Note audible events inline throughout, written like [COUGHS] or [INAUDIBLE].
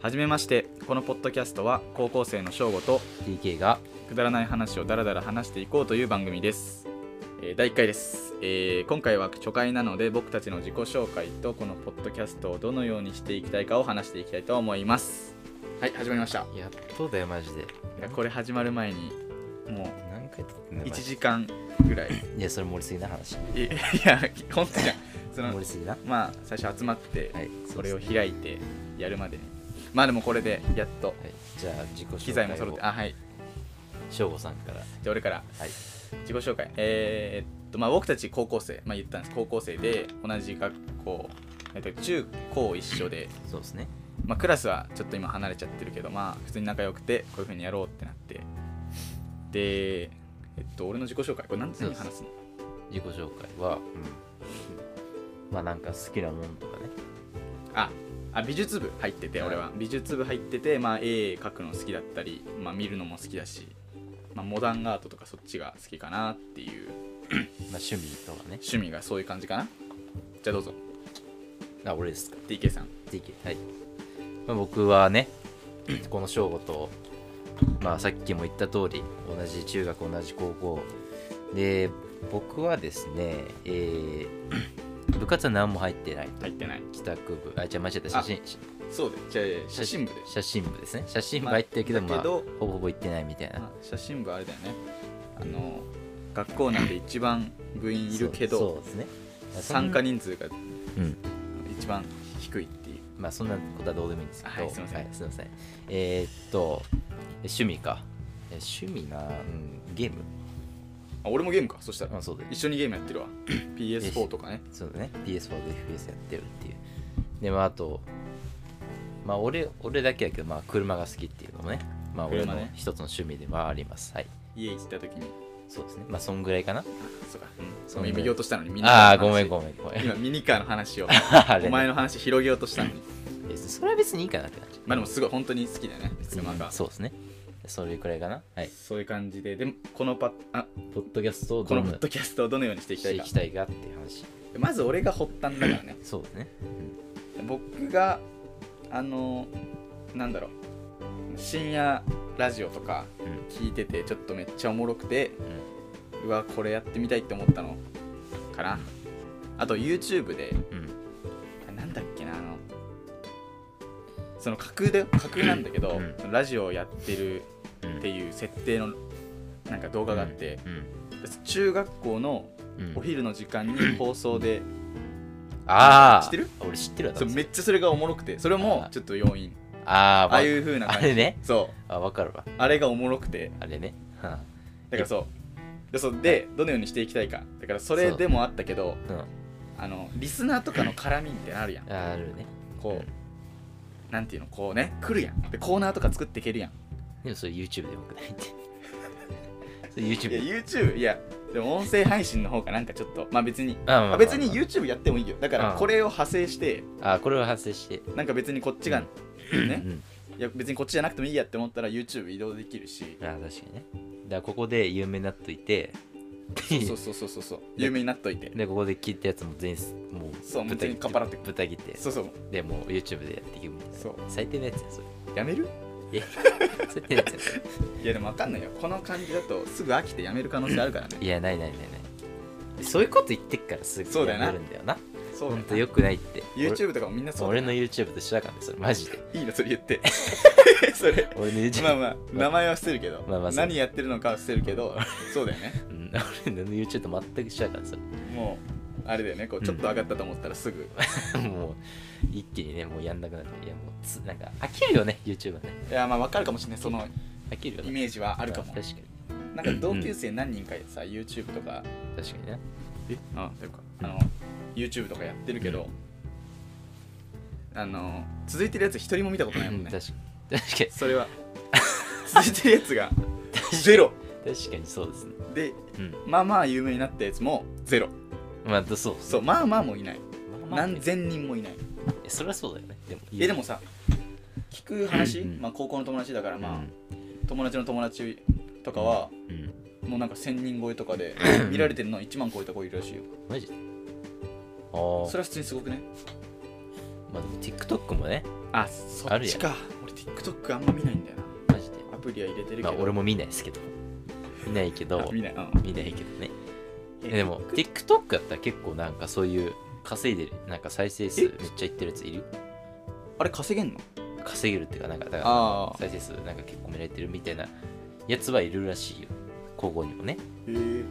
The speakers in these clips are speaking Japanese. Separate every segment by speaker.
Speaker 1: はじめましてこのポッドキャストは高校生の翔吾と
Speaker 2: TK が
Speaker 1: くだらない話をだらだら話していこうという番組です、えー第1回です、えー今回は初回なので僕たちの自己紹介とこのポッドキャストをどのようにしていきたいかを話していきたいと思いますはい始まりました
Speaker 2: やっとだよマジで
Speaker 1: いやこれ始まる前にも
Speaker 2: 何回撮ってん
Speaker 1: う
Speaker 2: だよ
Speaker 1: 1
Speaker 2: マジ
Speaker 1: 時間ぐ [LAUGHS] らい
Speaker 2: でいやそれ盛りすぎな話
Speaker 1: いいや本当じゃんそ
Speaker 2: 盛
Speaker 1: の
Speaker 2: りすぎな
Speaker 1: まあ最初集まって
Speaker 2: はい
Speaker 1: それを
Speaker 2: はい
Speaker 1: 開いてやるまでにまあでもこれでやっと
Speaker 2: じゃあ自己紹介を
Speaker 1: 機材も揃ってあはい
Speaker 2: 翔吾さんから
Speaker 1: じゃあ俺から
Speaker 2: はい
Speaker 1: 自己紹介えーっとまあ僕たち高校生まあ言ったんです高校生で同じ学校えっと中高一緒で、
Speaker 2: そうですね
Speaker 1: まあ、クラスはちょっと今離れちゃってるけどまあ普通に仲良くてこういう風にやろうってなってでえっと俺の自己紹介これ何て
Speaker 2: そ
Speaker 1: 何
Speaker 2: うです
Speaker 1: 話すの
Speaker 2: 自己紹介は、まあなんか好きなものとかね
Speaker 1: ああ美術部入ってて
Speaker 2: はい
Speaker 1: 俺は美術部入ってて、まあ、絵描くの好きだったり、まあ、見るのも好きだし、まあ、モダンアートとかそっちが好きかなっていう
Speaker 2: まあ趣味とかね
Speaker 1: 趣味がそういう感じかなじゃあどうぞ
Speaker 2: あ俺ですか
Speaker 1: DK さん
Speaker 2: TK はい、まあ、僕はね [CLEARS THROAT] この翔吾とまあさっきも言った通り同じ中学同じ高校で僕はですね、えー [CLEARS THROAT] 部活は何も入ってない
Speaker 1: 入ってない
Speaker 2: 帰宅部あじゃあ間違えた写真
Speaker 1: そうでじゃあ写真部で
Speaker 2: 写真部ですね写真部入ってるけど,、
Speaker 1: まあ
Speaker 2: まあ、
Speaker 1: だけど
Speaker 2: ほぼほぼ行ってないみたいな
Speaker 1: あ写真部あれだよねあの学校なんで一番部員いるけ
Speaker 2: そうそ
Speaker 1: ど
Speaker 2: うですね
Speaker 1: 参加人数が
Speaker 2: うん
Speaker 1: 一番低いっていう
Speaker 2: まあそんなことはどうでもいいんですけど
Speaker 1: はいすいません
Speaker 2: すいませんえーっと趣味かえ趣味な、うん、ゲーム
Speaker 1: あ俺もゲームかそしたら
Speaker 2: あそうだよ
Speaker 1: 一緒にゲームやって
Speaker 2: [COUGHS]
Speaker 1: るわ PS4 とかね
Speaker 2: そうだね PS4 で FPS やってるっていうでまああとまあ俺俺だけやけどまあ車が好きっていうのもねまあ俺
Speaker 1: 車
Speaker 2: の
Speaker 1: ね
Speaker 2: 一つの趣味ではありますはい
Speaker 1: 家行った時に
Speaker 2: そうですねまあそんぐらいかな
Speaker 1: そうか、
Speaker 2: そ
Speaker 1: そうの今
Speaker 2: ね
Speaker 1: 言おうとしたのにミニカー
Speaker 2: ああー
Speaker 1: の話
Speaker 2: ごめんごめんごめん
Speaker 1: 今ミニカーの話を
Speaker 2: [LAUGHS] あれ
Speaker 1: お前の話広げようとしたのに
Speaker 2: えそれは別にいいかなって感じ
Speaker 1: まあでもすごい本当に好きだよね車
Speaker 2: う
Speaker 1: が
Speaker 2: んそうですねそれくらいかなはい
Speaker 1: そういう感じででもこのパッあ
Speaker 2: ポッドキャストを
Speaker 1: こ
Speaker 2: ど
Speaker 1: の
Speaker 2: の
Speaker 1: ポ
Speaker 2: よ
Speaker 1: ッ
Speaker 2: う
Speaker 1: ド
Speaker 2: に
Speaker 1: キャストをどのようにしていき
Speaker 2: したて
Speaker 1: い
Speaker 2: い
Speaker 1: か
Speaker 2: きたいかっていう話
Speaker 1: まず俺が発端だからね
Speaker 2: そうですね
Speaker 1: 僕があのなんだろう深夜ラジオとか
Speaker 2: うんうん
Speaker 1: 聞いててちょっとめっちゃおもろくて
Speaker 2: う
Speaker 1: う
Speaker 2: ん
Speaker 1: わこれやってみたいって思ったのかなあと YouTube で
Speaker 2: うん
Speaker 1: あなんだっけなあのその架空で架空なんだけど、
Speaker 2: うん
Speaker 1: そのラジオをやってる
Speaker 2: うん
Speaker 1: っていう設定のなんか動画があって、中学校の
Speaker 2: うんうん
Speaker 1: お昼の時間に放送で、
Speaker 2: ああ
Speaker 1: 知ってる
Speaker 2: 俺知ってるわ
Speaker 1: そうめっちゃそれがおもろくてそれもちょっと要因
Speaker 2: あ
Speaker 1: あ
Speaker 2: あ
Speaker 1: あ
Speaker 2: う
Speaker 1: いう風な
Speaker 2: あ
Speaker 1: 感じ
Speaker 2: れね
Speaker 1: そう
Speaker 2: あわかるわ
Speaker 1: あれがおもろくて
Speaker 2: あれねは
Speaker 1: だからそうでそうでどのようにしていきたいかだからそれでもあったけど
Speaker 2: あうん
Speaker 1: あのリスナーとかの絡みみたいなのあるやん
Speaker 2: ああるね
Speaker 1: こうなんていうのこうね来るやんでコーナーとか作っていけるやん
Speaker 2: でもそれ YouTube でよくないってそれ YouTube
Speaker 1: いや
Speaker 2: で
Speaker 1: YouTube いやでも音声配信の方がなんかちょっとまあ別に
Speaker 2: あまあまあま
Speaker 1: あ
Speaker 2: あ
Speaker 1: 別に YouTube やってもいいよだから
Speaker 2: うん
Speaker 1: これを派生して
Speaker 2: あこれを発生して
Speaker 1: なんか別にこっちが
Speaker 2: う
Speaker 1: ね
Speaker 2: ん
Speaker 1: いや別にこっちじゃなくてもいいやって思ったら YouTube 移動できるし
Speaker 2: あー確かにねだからここで有名になっといて
Speaker 1: そうそうそうそうそう有名になっといて
Speaker 2: [LAUGHS] でここで聞いたやつも全員もう
Speaker 1: そうもう
Speaker 2: 豚
Speaker 1: 全
Speaker 2: 切
Speaker 1: 員かっぱらって
Speaker 2: 豚切って
Speaker 1: そうそう
Speaker 2: でもう YouTube でやっていくみたいな
Speaker 1: そう
Speaker 2: 最低のやつや
Speaker 1: [LAUGHS]
Speaker 2: それ
Speaker 1: やめる
Speaker 2: 最低のやつやそれ
Speaker 1: いやでも分かんないよこの感じだとすぐ飽きてやめる可能性あるからね
Speaker 2: いやないないないないそういうこと言ってっからすぐ
Speaker 1: そうだよな
Speaker 2: やめるんだよな
Speaker 1: そうだ
Speaker 2: ほん
Speaker 1: よ
Speaker 2: とよくないって俺
Speaker 1: YouTube とかもみんなそうだ
Speaker 2: 俺
Speaker 1: よ
Speaker 2: の YouTube と一緒だからねそれマジで
Speaker 1: いいのそれ言って
Speaker 2: [LAUGHS]
Speaker 1: それ
Speaker 2: 俺の YouTube
Speaker 1: まあまあ名前は捨てるけど、
Speaker 2: まあまあそう
Speaker 1: 何やってるのかは捨てるけどそうだよね
Speaker 2: うん俺の [LAUGHS] YouTube と全く一緒だからそ
Speaker 1: もうあれだよねこうちょっと上がったと思ったらすぐ、
Speaker 2: れもう一気にねもうやんなくなっていやもうつなんか飽きるよね YouTube はね
Speaker 1: いやまあ分かるかもしれないその
Speaker 2: 飽きるよ
Speaker 1: イ
Speaker 2: ね
Speaker 1: メージはあるかも
Speaker 2: 確かに
Speaker 1: なんか同級生何人かさ YouTube とか
Speaker 2: 確かにね
Speaker 1: えあというかあの YouTube とかやってるけど、あの続いてるやつ一人も見たことないもんね
Speaker 2: 確かに確かに
Speaker 1: それは続いてるやつがゼロ
Speaker 2: 確かにそうですね
Speaker 1: で
Speaker 2: うん
Speaker 1: まあまあ有名になったやつもゼロ
Speaker 2: まあそう
Speaker 1: そうまあまあもいない
Speaker 2: まあまあ
Speaker 1: 何千人もいない
Speaker 2: いやそれはそうだよねでも
Speaker 1: えでもさ聞く話、
Speaker 2: うん
Speaker 1: まあ、高校の友達だからまあ、
Speaker 2: う
Speaker 1: 友達の友達とかは
Speaker 2: んうん
Speaker 1: もうなんか1000人超えとか
Speaker 2: [LAUGHS]
Speaker 1: で
Speaker 2: ん
Speaker 1: 見られてるの1万超えた子いるらしいよ
Speaker 2: マジでああ
Speaker 1: それは普通にすごくね
Speaker 2: まあでも TikTok もね
Speaker 1: あそ
Speaker 2: あ
Speaker 1: っ
Speaker 2: るや
Speaker 1: ち
Speaker 2: ん
Speaker 1: か TikTok あんま見ないんだよ
Speaker 2: マジで。
Speaker 1: なアプリは入れてるけど、
Speaker 2: まあ、俺も見ないですけど。見ないけ
Speaker 1: あ
Speaker 2: ど、
Speaker 1: 見ない、うん、
Speaker 2: 見ないけどね。
Speaker 1: え
Speaker 2: えでも、TikTok だったら結構なんかそういう稼いでる、なんか再生数めっちゃいってるやついる
Speaker 1: あれ稼げんの
Speaker 2: 稼げるっていうか、なんか、だか
Speaker 1: ああ
Speaker 2: ら
Speaker 1: へ
Speaker 2: 再生数なんか結構見られてるみたいなやつはいるらしいよ。高校にもね。 [CLEARS THROAT]
Speaker 1: え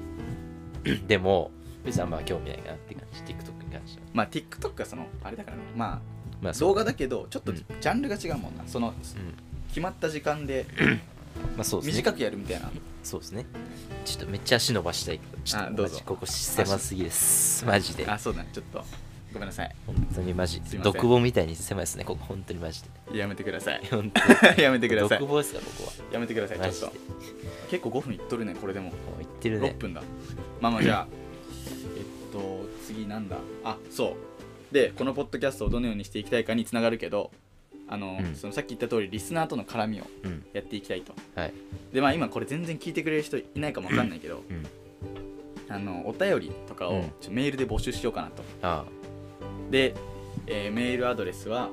Speaker 2: でも、別にあんま興味ないかなって感じ、TikTok に関しては。
Speaker 1: まあ TikTok はそのあれだからねま
Speaker 2: まあ、
Speaker 1: あ
Speaker 2: そう。
Speaker 1: 動画だけどちょっと
Speaker 2: うん
Speaker 1: ジャンルが違うもんなその
Speaker 2: うん。
Speaker 1: 決まった時間で
Speaker 2: まあ、そうですね。
Speaker 1: 短くやるみたいな
Speaker 2: そうですね。ちょっとめっちゃ足伸ばしたいけど、ちょっ
Speaker 1: あ
Speaker 2: と
Speaker 1: どう
Speaker 2: マ
Speaker 1: ぞ
Speaker 2: ジここ狭すぎです。マジで。
Speaker 1: あそうだねちょっとごめんなさい
Speaker 2: 本当にマジ
Speaker 1: すいません
Speaker 2: 独房みたいに狭いですね、ここ本当にマジ
Speaker 1: [LAUGHS]
Speaker 2: で。
Speaker 1: やめてください
Speaker 2: 本当に
Speaker 1: やめてください
Speaker 2: 独房ですか、ここは。
Speaker 1: やめてください
Speaker 2: マ
Speaker 1: ち
Speaker 2: ジ
Speaker 1: ょっ
Speaker 2: で。も
Speaker 1: と結構5分いっとるねこれでも
Speaker 2: う言ってるね
Speaker 1: 6。分だまあまあじゃあえっと次なんだあそうでこのポッドキャストをどのようにしていきたいかにつながるけどあの、
Speaker 2: うん
Speaker 1: そのさっき言った通りリスナーとの絡みを
Speaker 2: うん。
Speaker 1: やっていきたいと
Speaker 2: はい。
Speaker 1: でまあ今これ全然聞いてくれる人いないかもわかんないけど、
Speaker 2: うん。
Speaker 1: あのお便りとか
Speaker 2: う
Speaker 1: を
Speaker 2: ん
Speaker 1: ちょメールで募集しようかなと
Speaker 2: あ
Speaker 1: で、えーメールアドレスは、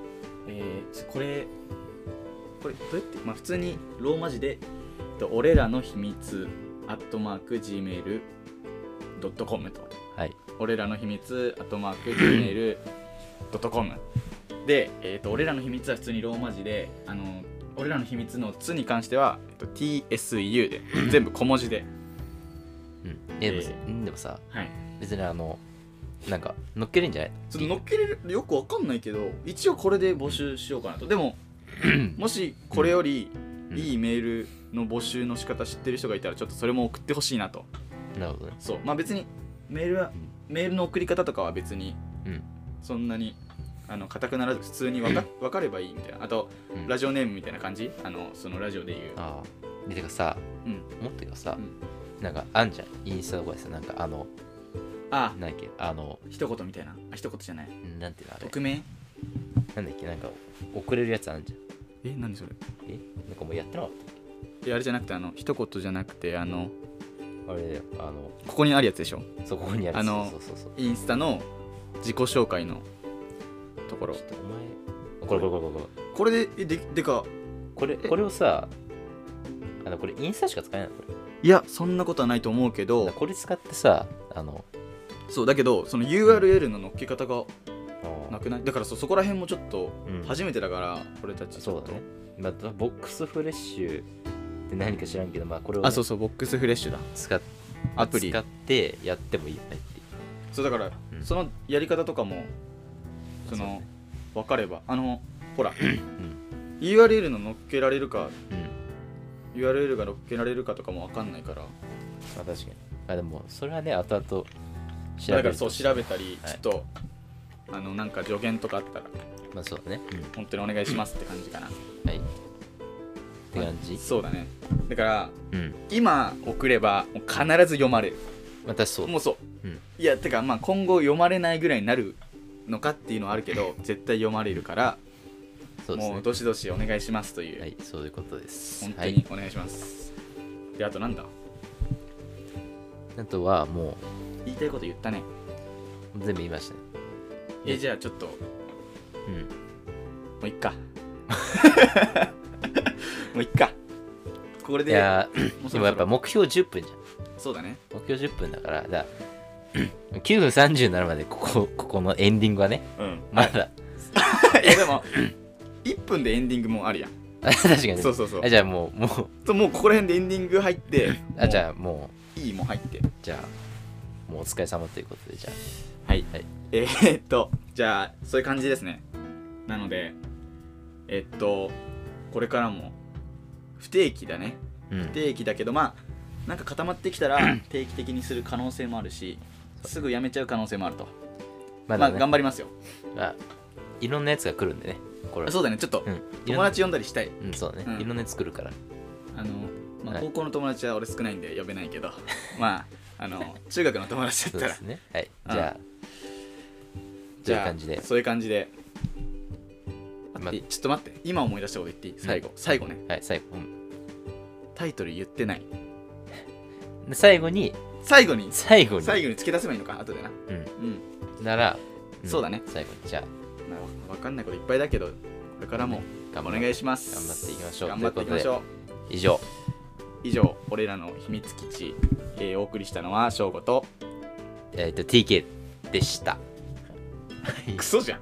Speaker 1: えーちょこれこれどうやって、まあ、普通にローマ字でえっと「俺らの秘密」「アットマーク Gmail.com」と
Speaker 2: あ。はい。
Speaker 1: 「俺らの秘密」「アットマーク Gmail.com」で、えーと「俺らの秘密」は普通にローマ字で「あの俺らの秘密」の「つ」に関しては、えっと、TSU [LAUGHS] で全部小文字で、
Speaker 2: うん。え、でもさ
Speaker 1: え
Speaker 2: うんでもさ、
Speaker 1: はい、
Speaker 2: 別にあの、なんか、乗っけるんじゃない
Speaker 1: ちょっと乗っけれるよくわかんないけど一応これで募集しようかなとで [LAUGHS] ももしこれよりいいメールの募集の仕方知ってる人がいたらちょっとそれも送ってほしいなと
Speaker 2: なるほどね。
Speaker 1: そうまあ別にメールはメールの送り方とかは別に
Speaker 2: うん。
Speaker 1: そんなにあの固くならず普通にわ [LAUGHS] かわかればいいみたいなあと
Speaker 2: うん
Speaker 1: ラジオネームみたいな感じあのそのラジオで言う
Speaker 2: ああ。で、てかさ、
Speaker 1: うん
Speaker 2: 思ったけどさ
Speaker 1: う、ん
Speaker 2: なんか、あんじゃん。インスタとかでさ、なんか、あの、
Speaker 1: あ
Speaker 2: なんだっけ、あの、
Speaker 1: 一言みたいなあ一言じゃない
Speaker 2: なんていうのあれ
Speaker 1: 匿。名
Speaker 2: なんだっけ、なんか、送れるやつあんじゃん。
Speaker 1: え何それ
Speaker 2: えなんかもうやってなかっ
Speaker 1: いやあれじゃなくてあの一言じゃなくてあの
Speaker 2: たあれだよ、あの、
Speaker 1: ここにあるやつでしょ
Speaker 2: そこにある
Speaker 1: あの
Speaker 2: そうそうそう
Speaker 1: インスタの自己紹介のところ
Speaker 2: ちょっとお前これこれこれこれ
Speaker 1: これでえででか
Speaker 2: これ
Speaker 1: え
Speaker 2: これをさあのこれインスタしか使えないのこれ
Speaker 1: いやそんなことはないと思うけど
Speaker 2: これ使ってさあの
Speaker 1: そうだけどその URL の乗っけ方が
Speaker 2: あ
Speaker 1: なくないだからそそこら辺もちょっと
Speaker 2: うん
Speaker 1: 初めてだから、俺たちち
Speaker 2: そ
Speaker 1: ょっ
Speaker 2: う
Speaker 1: と
Speaker 2: だね、まあ、ボックスフレッシュって何か知らんけどまあこれをね、
Speaker 1: あそうそうボックスフレッシュだ
Speaker 2: 使っ
Speaker 1: アプリ
Speaker 2: 使ってやってもいいよねっていう
Speaker 1: そうだから、
Speaker 2: うん
Speaker 1: そのやり方とかもそ
Speaker 2: そう
Speaker 1: の
Speaker 2: ね
Speaker 1: 分かればあのほら URL の乗っけられるか
Speaker 2: うん、ま
Speaker 1: URL が乗っけられるかとかも分かんないから
Speaker 2: あ確かにあでもそれはね後々調べ
Speaker 1: だ
Speaker 2: る
Speaker 1: か
Speaker 2: と
Speaker 1: らそう調べたり、
Speaker 2: はい
Speaker 1: ちょっとあのなんか助言とかあったら
Speaker 2: まあそうだね、
Speaker 1: 本当にお願いしますって感じかな
Speaker 2: うん、はいって感じ
Speaker 1: そうだねだから
Speaker 2: うん
Speaker 1: 今送ればもう必ず読まれる
Speaker 2: またそう
Speaker 1: もうそううんいやてかまあ今後読まれないぐらいになるのかっていうのはあるけど絶対読まれるから
Speaker 2: そうです
Speaker 1: も
Speaker 2: ね
Speaker 1: うどしどしお願いしますという、
Speaker 2: はいそういうことです
Speaker 1: 本当
Speaker 2: はい
Speaker 1: にお願いします、であとなんだ
Speaker 2: あとはも
Speaker 1: 言いたいこと言ったね
Speaker 2: う全部言いましたね。
Speaker 1: えじゃあちょっともういっ
Speaker 2: [LAUGHS]
Speaker 1: かもういっかこれ
Speaker 2: うん、
Speaker 1: で
Speaker 2: いや
Speaker 1: もうそろ
Speaker 2: ー、で
Speaker 1: そろ
Speaker 2: もやっぱ目標10分じ
Speaker 1: そうだね
Speaker 2: ゃん。目標10分だから、だから9分30になるまでここ、ここのエンディングはね、
Speaker 1: うん
Speaker 2: まだ、
Speaker 1: [LAUGHS] いやでも1分でエンディングもあるやん
Speaker 2: 確かにね。
Speaker 1: そうそうそう
Speaker 2: あじゃあもう、もう、
Speaker 1: ともうここら辺でエンディング入って
Speaker 2: あじゃあも
Speaker 1: あいいも入って
Speaker 2: う、じゃあ、もうお疲れ様ということで、じゃ
Speaker 1: はい、
Speaker 2: はい
Speaker 1: えー、っとじゃあそういう感じですねなのでえっとこれからも不定期だね
Speaker 2: あ、うん
Speaker 1: 不、定期だけどまあなんか固まってきた
Speaker 2: [CLEARS THROAT]
Speaker 1: ら定期的にする可能性もあるしすぐやめちゃう可能性もあると
Speaker 2: ま
Speaker 1: ま
Speaker 2: だ
Speaker 1: あ
Speaker 2: ね、
Speaker 1: 頑張りますよ
Speaker 2: まあいろんなやつが来るんでね、これは。
Speaker 1: そうだねちょっと
Speaker 2: うん、いろ
Speaker 1: 友
Speaker 2: んな
Speaker 1: 達呼んだりしたい
Speaker 2: うん、そうだね、
Speaker 1: うん
Speaker 2: いろんなやつ来るから。
Speaker 1: あの、まあ、
Speaker 2: はい
Speaker 1: 高校の友達は俺少ないんで呼べないけ
Speaker 2: [LAUGHS]
Speaker 1: どまああの中学の友達
Speaker 2: そ
Speaker 1: だ
Speaker 2: う
Speaker 1: ったら
Speaker 2: です
Speaker 1: [LAUGHS]
Speaker 2: ね。はい、
Speaker 1: うん
Speaker 2: じゃあ、と
Speaker 1: じ
Speaker 2: いう
Speaker 1: ゃあ
Speaker 2: 感じで。
Speaker 1: そういう感じで
Speaker 2: ま
Speaker 1: えちょっと待って今思い出したこと言っていい最後、最後ね
Speaker 2: はい、最後。うん
Speaker 1: タイトル言ってない
Speaker 2: で最後に、
Speaker 1: 最後に
Speaker 2: 最後に、
Speaker 1: 最後に付け出せばいいのか後でな
Speaker 2: うん、
Speaker 1: うん
Speaker 2: なら、
Speaker 1: そうだね
Speaker 2: 最後にじゃあ
Speaker 1: なわ分かんないこといっぱいだけどこれからも
Speaker 2: 頑
Speaker 1: お
Speaker 2: 張っ
Speaker 1: 願いします
Speaker 2: 頑張っていきましょう
Speaker 1: 頑張っていきましょう
Speaker 2: 以上
Speaker 1: 以上俺らの秘密基地、えーお送りしたのは翔吾と
Speaker 2: えっ、と TK でした
Speaker 1: クソじゃん